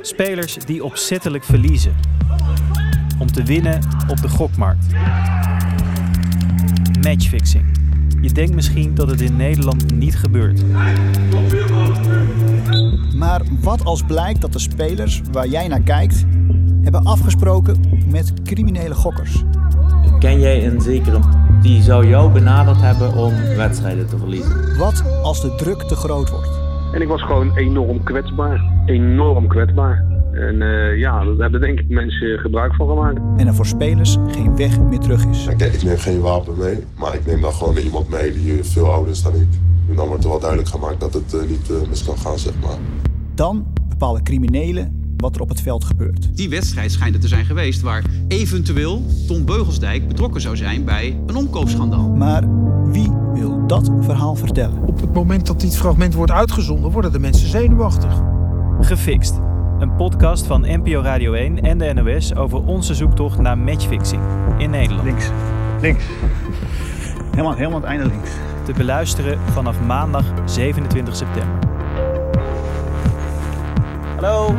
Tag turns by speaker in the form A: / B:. A: Spelers die opzettelijk verliezen. Om te winnen op de gokmarkt. Matchfixing. Je denkt misschien dat het in Nederland niet gebeurt.
B: Maar wat als blijkt dat de spelers waar jij naar kijkt hebben afgesproken met criminele gokkers?
C: Ken jij een zekere m- die zou jou benaderd hebben om wedstrijden te verliezen?
B: Wat als de druk te groot wordt?
D: En ik was gewoon enorm kwetsbaar. Enorm kwetsbaar. En eh, ja, daar hebben denk ik mensen gebruik van gemaakt.
B: En er voor spelers geen weg meer terug is.
E: Ik, denk, ik neem geen wapen mee, maar ik neem dan gewoon iemand mee die eh, veel ouder is dan ik. En dan wordt er wel duidelijk gemaakt dat het eh, niet eh, mis kan gaan, zeg maar.
B: Dan bepalen criminelen wat er op het veld gebeurt.
F: Die wedstrijd schijnt het te zijn geweest waar eventueel Ton Beugelsdijk betrokken zou zijn bij een omkoopschandaal.
B: Maar wie wil dat verhaal vertellen?
G: Op het moment dat dit fragment wordt uitgezonden, worden de mensen zenuwachtig.
A: Gefixt. Een podcast van NPO Radio 1 en de NOS over onze zoektocht naar matchfixing in Nederland.
H: Links. Links. Helemaal, helemaal het einde links.
A: Te beluisteren vanaf maandag 27 september. Hallo,